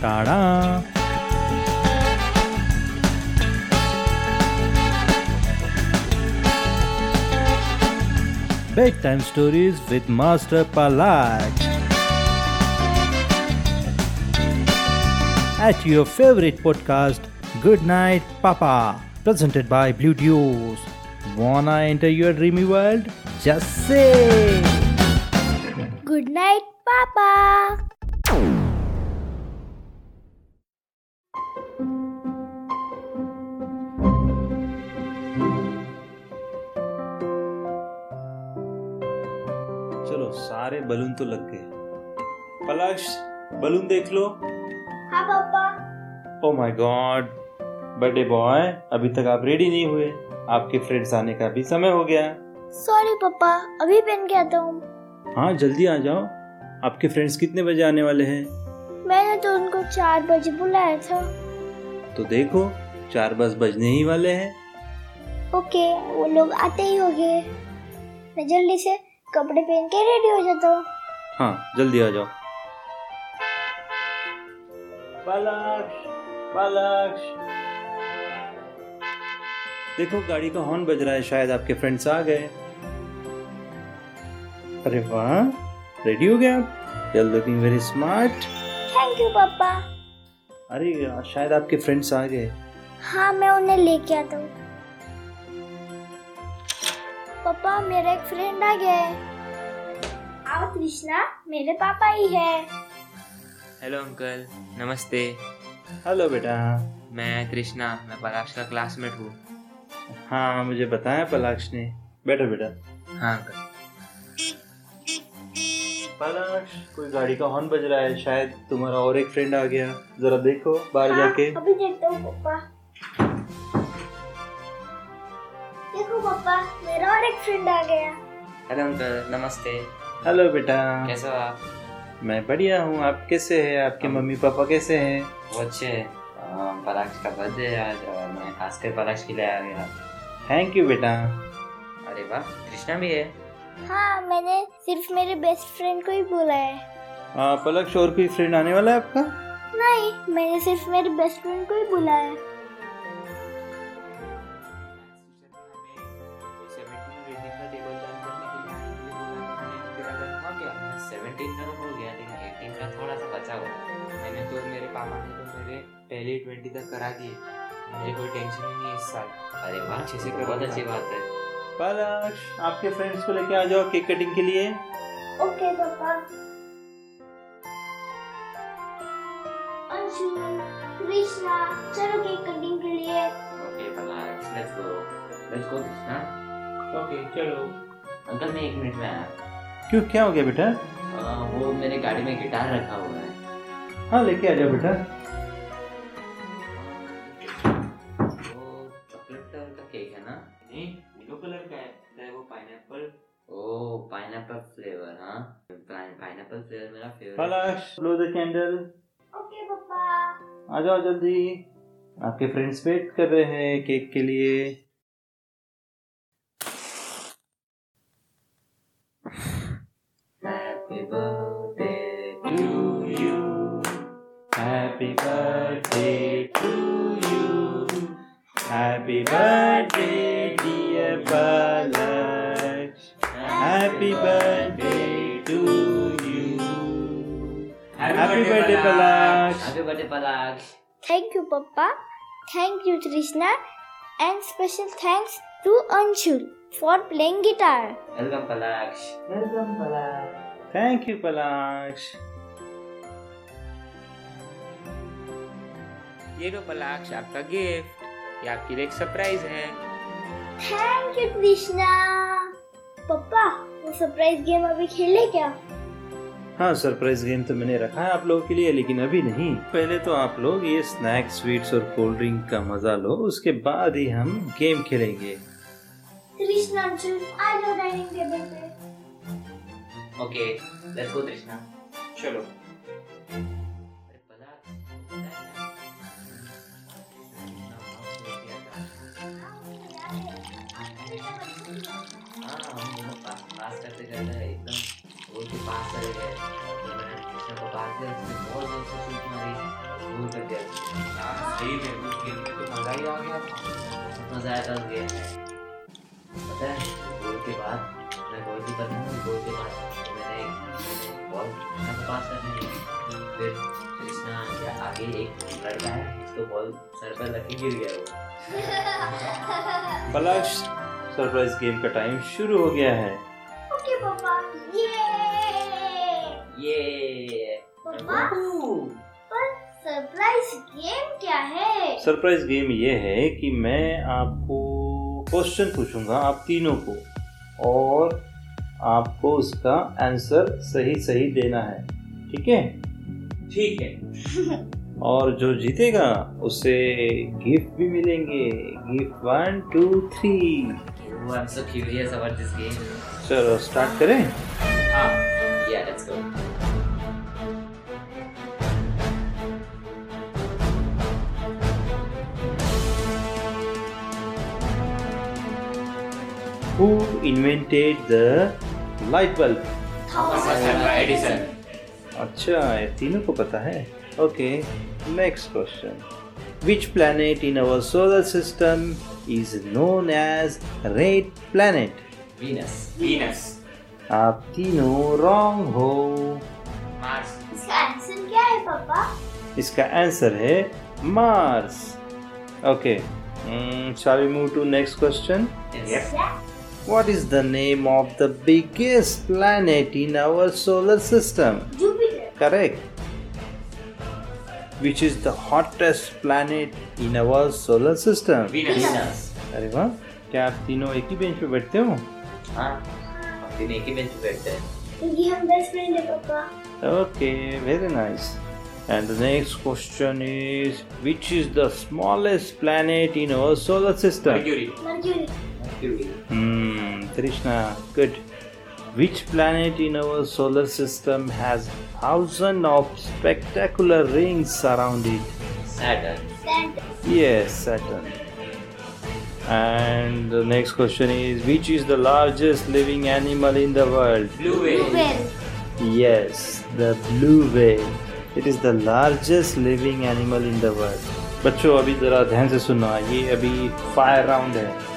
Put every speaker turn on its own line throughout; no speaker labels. Ta-da! Bedtime Stories with Master Palak. At your favorite podcast, Good Night Papa, presented by Blue Dews. Wanna enter your dreamy world? Just say.
Good night, Papa.
चलो सारे balloon तो लग गए Palash balloon देख लो
हाँ पापा
oh my god birthday boy अभी तक आप रेडी नहीं हुए आपके फ्रेंड्स आने का भी समय हो गया
सॉरी पापा अभी तो पहन के आता हूँ
हाँ जल्दी आ जाओ आपके फ्रेंड्स कितने बजे आने वाले हैं
मैंने तो उनको चार बजे बुलाया था
तो देखो चार बस बजने ही वाले हैं
ओके वो लोग आते ही होंगे मैं जल्दी से कपड़े पहन के रेडी हो जाता हूँ
हाँ जल्दी आ जाओ पलाश पलाश देखो गाड़ी का हॉर्न बज रहा है शायद आपके फ्रेंड्स आ गए अरे वाह रेडी हो गया आप you looking very smart
thank you पापा
अरे शायद आपके फ्रेंड्स आ गए
हाँ मैं उन्हें लेके आता हूँ पापा मेरा एक फ्रेंड आ गया है आओ हाँ, कृष्णा मेरे पापा ही है
हेलो अंकल नमस्ते
हेलो बेटा
मैं तृष्णा मैं पलाश का क्लासमेट हूँ
हाँ मुझे बताया पलाक्ष ने बेटा बेटा
हाँ अंकल
पलाश कोई गाड़ी का हॉर्न बज रहा है शायद तुम्हारा और एक फ्रेंड आ गया जरा देखो बाहर
हाँ,
जाके
अभी देखता हूँ पापा देखो पापा मेरा और एक फ्रेंड आ गया
हेलो अंकल नमस्ते
हेलो बेटा
कैसे हो आप
मैं बढ़िया हूँ आप कैसे हैं आपके
हम-
मम्मी पापा कैसे हैं
वो अच्छे हैं। आ, पलाश का बर्थडे है आज और मैं खासकर पलाश के लिए आ गया
थैंक यू बेटा
अरे वाह तृष्णा भी है
हाँ मैंने सिर्फ मेरे बेस्ट फ्रेंड को ही बोला है
आ, पलक्ष और कोई फ्रेंड आने वाला है आपका
नहीं मैंने सिर्फ मेरे बेस्ट फ्रेंड को ही बोला है
तो सेवनटीन का तो हो गया लेकिन एटीन का थोड़ा सा बचा हुआ है। मैंने तो मेरे पापा ने तो मेरे पहले ट्वेंटी तक करा दिए मुझे कोई टेंशन ही नहीं इस साल अरे वाह अच्छे से
करो
बहुत
बेटा।
अच्छी बात है
पलक्ष आपके फ्रेंड्स को लेके आ जाओ केक कटिंग के लिए
ओके पापा अंशु कृष्णा चलो केक कटिंग के लिए
okay Palash let's go let's go Krishna
okay चलो
अंकल मैं एक मिनट में आया
क्यों क्या हो गया बेटा
आ, वो मेरे गाड़ी में गिटार रखा हुआ है
हाँ लेके आ जाओ बेटा
वो चॉकलेट कलर का केक है ना नहीं येलो कलर का है है वो पाइनएप्पल ओ पाइनएप्पल फ्लेवर हाँ पाइनएप्पल फ्लेवर मेरा favourite
Palaksh blow the candle
okay पापा
आ जाओ जल्दी आपके फ्रेंड्स वेट कर रहे हैं केक के लिए
happy birthday to you
happy birthday to you happy birthday dear Palaksh happy birthday to you happy birthday Palaksh
happy birthday Palash
Thank you, Papa. Thank you, Trishna. And special thanks to Anshul for playing guitar.
Welcome Palash welcome Palash
thank you Palaksh
ये लो पलाश आपका gift ये आपके लिए एक surprise है
Thank you, Trishna. Papa, वो surprise game अभी खेले क्या
हाँ सरप्राइज गेम तो मैंने रखा है आप लोगों के लिए लेकिन अभी नहीं पहले तो आप लोग ये स्नैक स्वीट्स और कोल्ड ड्रिंक का मजा लो उसके बाद ही हम गेम खेलेंगे
कृष्णा अंशुल आ जाओ डाइनिंग टेबल पे
ओके लेट्स गो तृष्णा चलो अरे पलाश हाँ हम दोनों पा- पास करते करते एकदम वो तो पास कर गए तो मैंने कृष्णा को पास कर उसने बहुत जोर से शूट मारी दूर कर दिया यार सही में उस गेम में तो मजा ही आ गया था बहुत मजा आया था उस गेम में पता है गोल के बाद मैं गोल की करता हूँ गोल के बाद मैंने मैंने बॉल मैं पास करने दी फिर कृष्णा के आगे एक लड़का है उसको बॉल सर पर लग के गिर गया वो
पलाश सरप्राइज गेम का टाइम शुरू हो गया है
ओके पापा ये
ये
पापा पर सरप्राइज गेम क्या है
सरप्राइज गेम ये है कि मैं आपको क्वेश्चन पूछूंगा आप तीनों को और आपको उसका आंसर सही सही देना है ठीक है
ठीक है
और जो जीतेगा उसे गिफ्ट भी मिलेंगे gift one two three
I am so curious about this game
चलो स्टार्ट करें
हां yeah let's go
who invented the light bulb
Oh,
Edison
अच्छा ये तीनों को पता है okay next question which planet in our solar system is known as red planet
Venus
Venus
आप तीनों रॉन्ग हो
मार्स
इसका आंसर क्या है पापा
इसका आंसर है Mars okay hmm, shall we move to next question
yes
what is the name of the biggest planet in our solar system
Jupiter
correct which is the hottest planet in our solar system
Venus
Venus
अरे वाह क्या आप तीनों एक ही bench पे बैठते हो
हां अपनी एक ही बेंच पे बैठते हैं
क्योंकि हम बेस्ट फ्रेंड है पापा
okay very nice and the next question is which is the smallest planet in our solar system
Mercury
Mercury
Mercury
Hmm, कृष्णा good which planet in our solar system has thousand of spectacular rings around it
Saturn
Saturn
yes Saturn and the next question is which is the largest living animal in the world
blue
blue
whale
whale
Yes, the blue whale. It is the largest living animal in the world. बच्चों अभी जरा ध्यान से सुनना ये अभी fire round है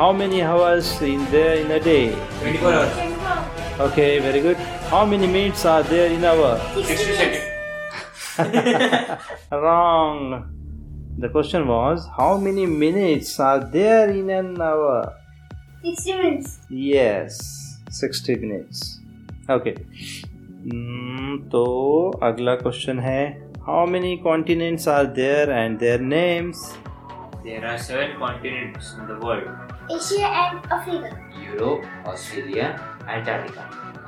how many hours in there in a day
24 hours
okay very good how many minutes are there in hour
60 second
wrong the question was how many minutes are there in an hour
sixty minutes
yes sixty minutes okay Hmm, तो अगला question है how many continents are there and their names
there are 7 continents in the world
Asia and Africa
Europe Australia Antarctica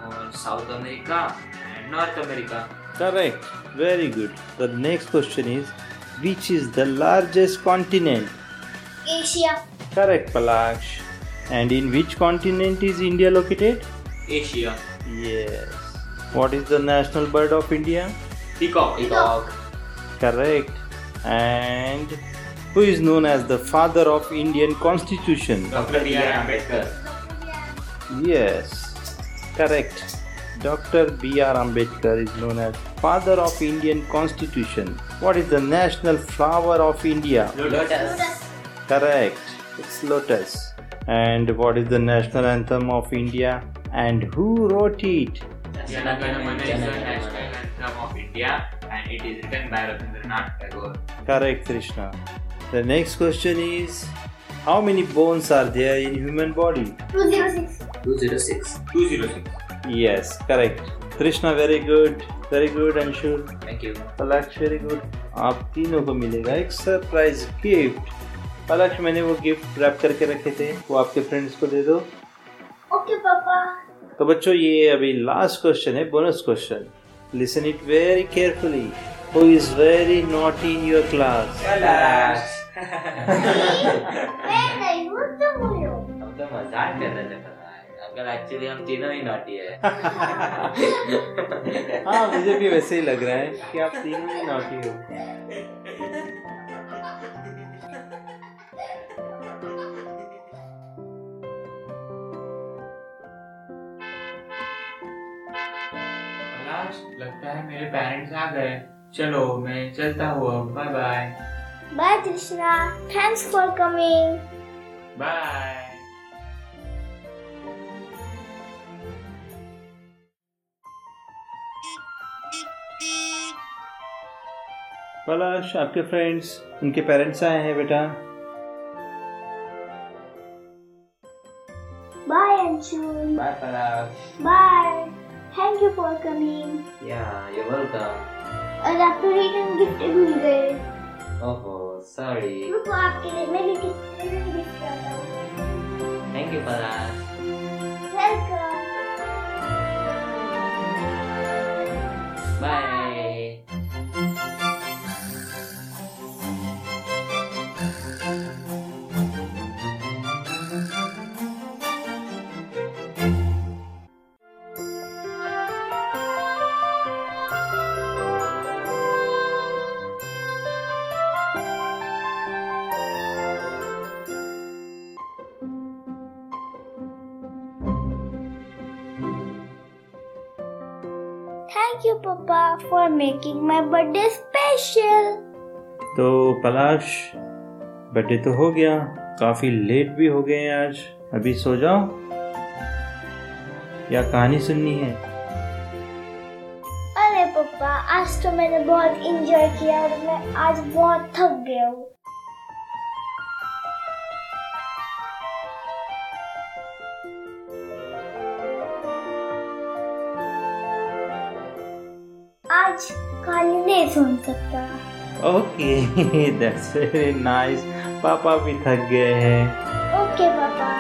और South America and North America
correct very good the next question is which is the largest continent
Asia
correct Palash and in which continent is India located
Asia
yes what is the national bird of India
peacock
peacock
Correct. And who is known as the father of Indian Constitution?
Doctor B R Ambedkar
Yes. Correct. Dr. B.R. Ambedkar is known as father of Indian Constitution. What is the national flower of India?
Lotus
Correct. It's lotus. And what is the national anthem of India? And who wrote it?
Jana Gana Mana is the national anthem of India and it is written by Rabindranath Tagore.
Correct, Krishna. The next question is how many bones are there in human body?
Two zero six
206
206.
Yes, correct. Krishna, very good. Very good, Anshu.
Thank you
Palaksh very good आप तीनों को मिलेगा एक surprise gift Palaksh मैंने वो gift wrap करके रखे थे वो आपके फ्रेंड्स को दे दो
ओके पापा
तो बच्चों ये अभी लास्ट क्वेश्चन है bonus question listen it very carefully who is very not in your class
मैं नहीं हूँ तुम हो
हम तो मजाक कर रहे थे पता है अंकल एक्चुअली हम तीनों ही नॉटी है
हाँ मुझे भी वैसे ही लग रहा है कि आप तीनों ही नॉटी हो
पलाश लगता है मेरे पेरेंट्स आ गए चलो मैं चलता हूँ अब bye bye
Bye, Trishna. Thanks for coming.
Bye
Palash आपके फ्रेंड्स उनके पेरेंट्स आए हैं बेटा
Bye, Anshul.
Bye Parag
Bye. Thank you for coming.
या यू वेलकम
और आपको रिटर्न गिफ्ट भूल गए
ओहो सॉरी
रुको आपके लिए मैं भी रिटर्न गिफ्ट करता हूँ
thank you Parag
welcome
bye
Thank you, Papa, for making my birthday special.
तो पलाश बर्थडे तो हो गया काफी लेट भी हो गए हैं आज अभी सो जाओ या कहानी सुननी है
अरे पापा आज तो मैंने बहुत इंजॉय किया और मैं आज बहुत थक गया हूँ आज कहानी नहीं सुन सकता
ओके दैट्स वेरी नाइस पापा भी थक गए हैं
ओके पापा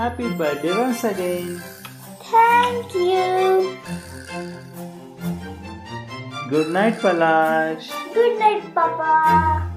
happy birthday once again
thank you
good night Palash
good night पापा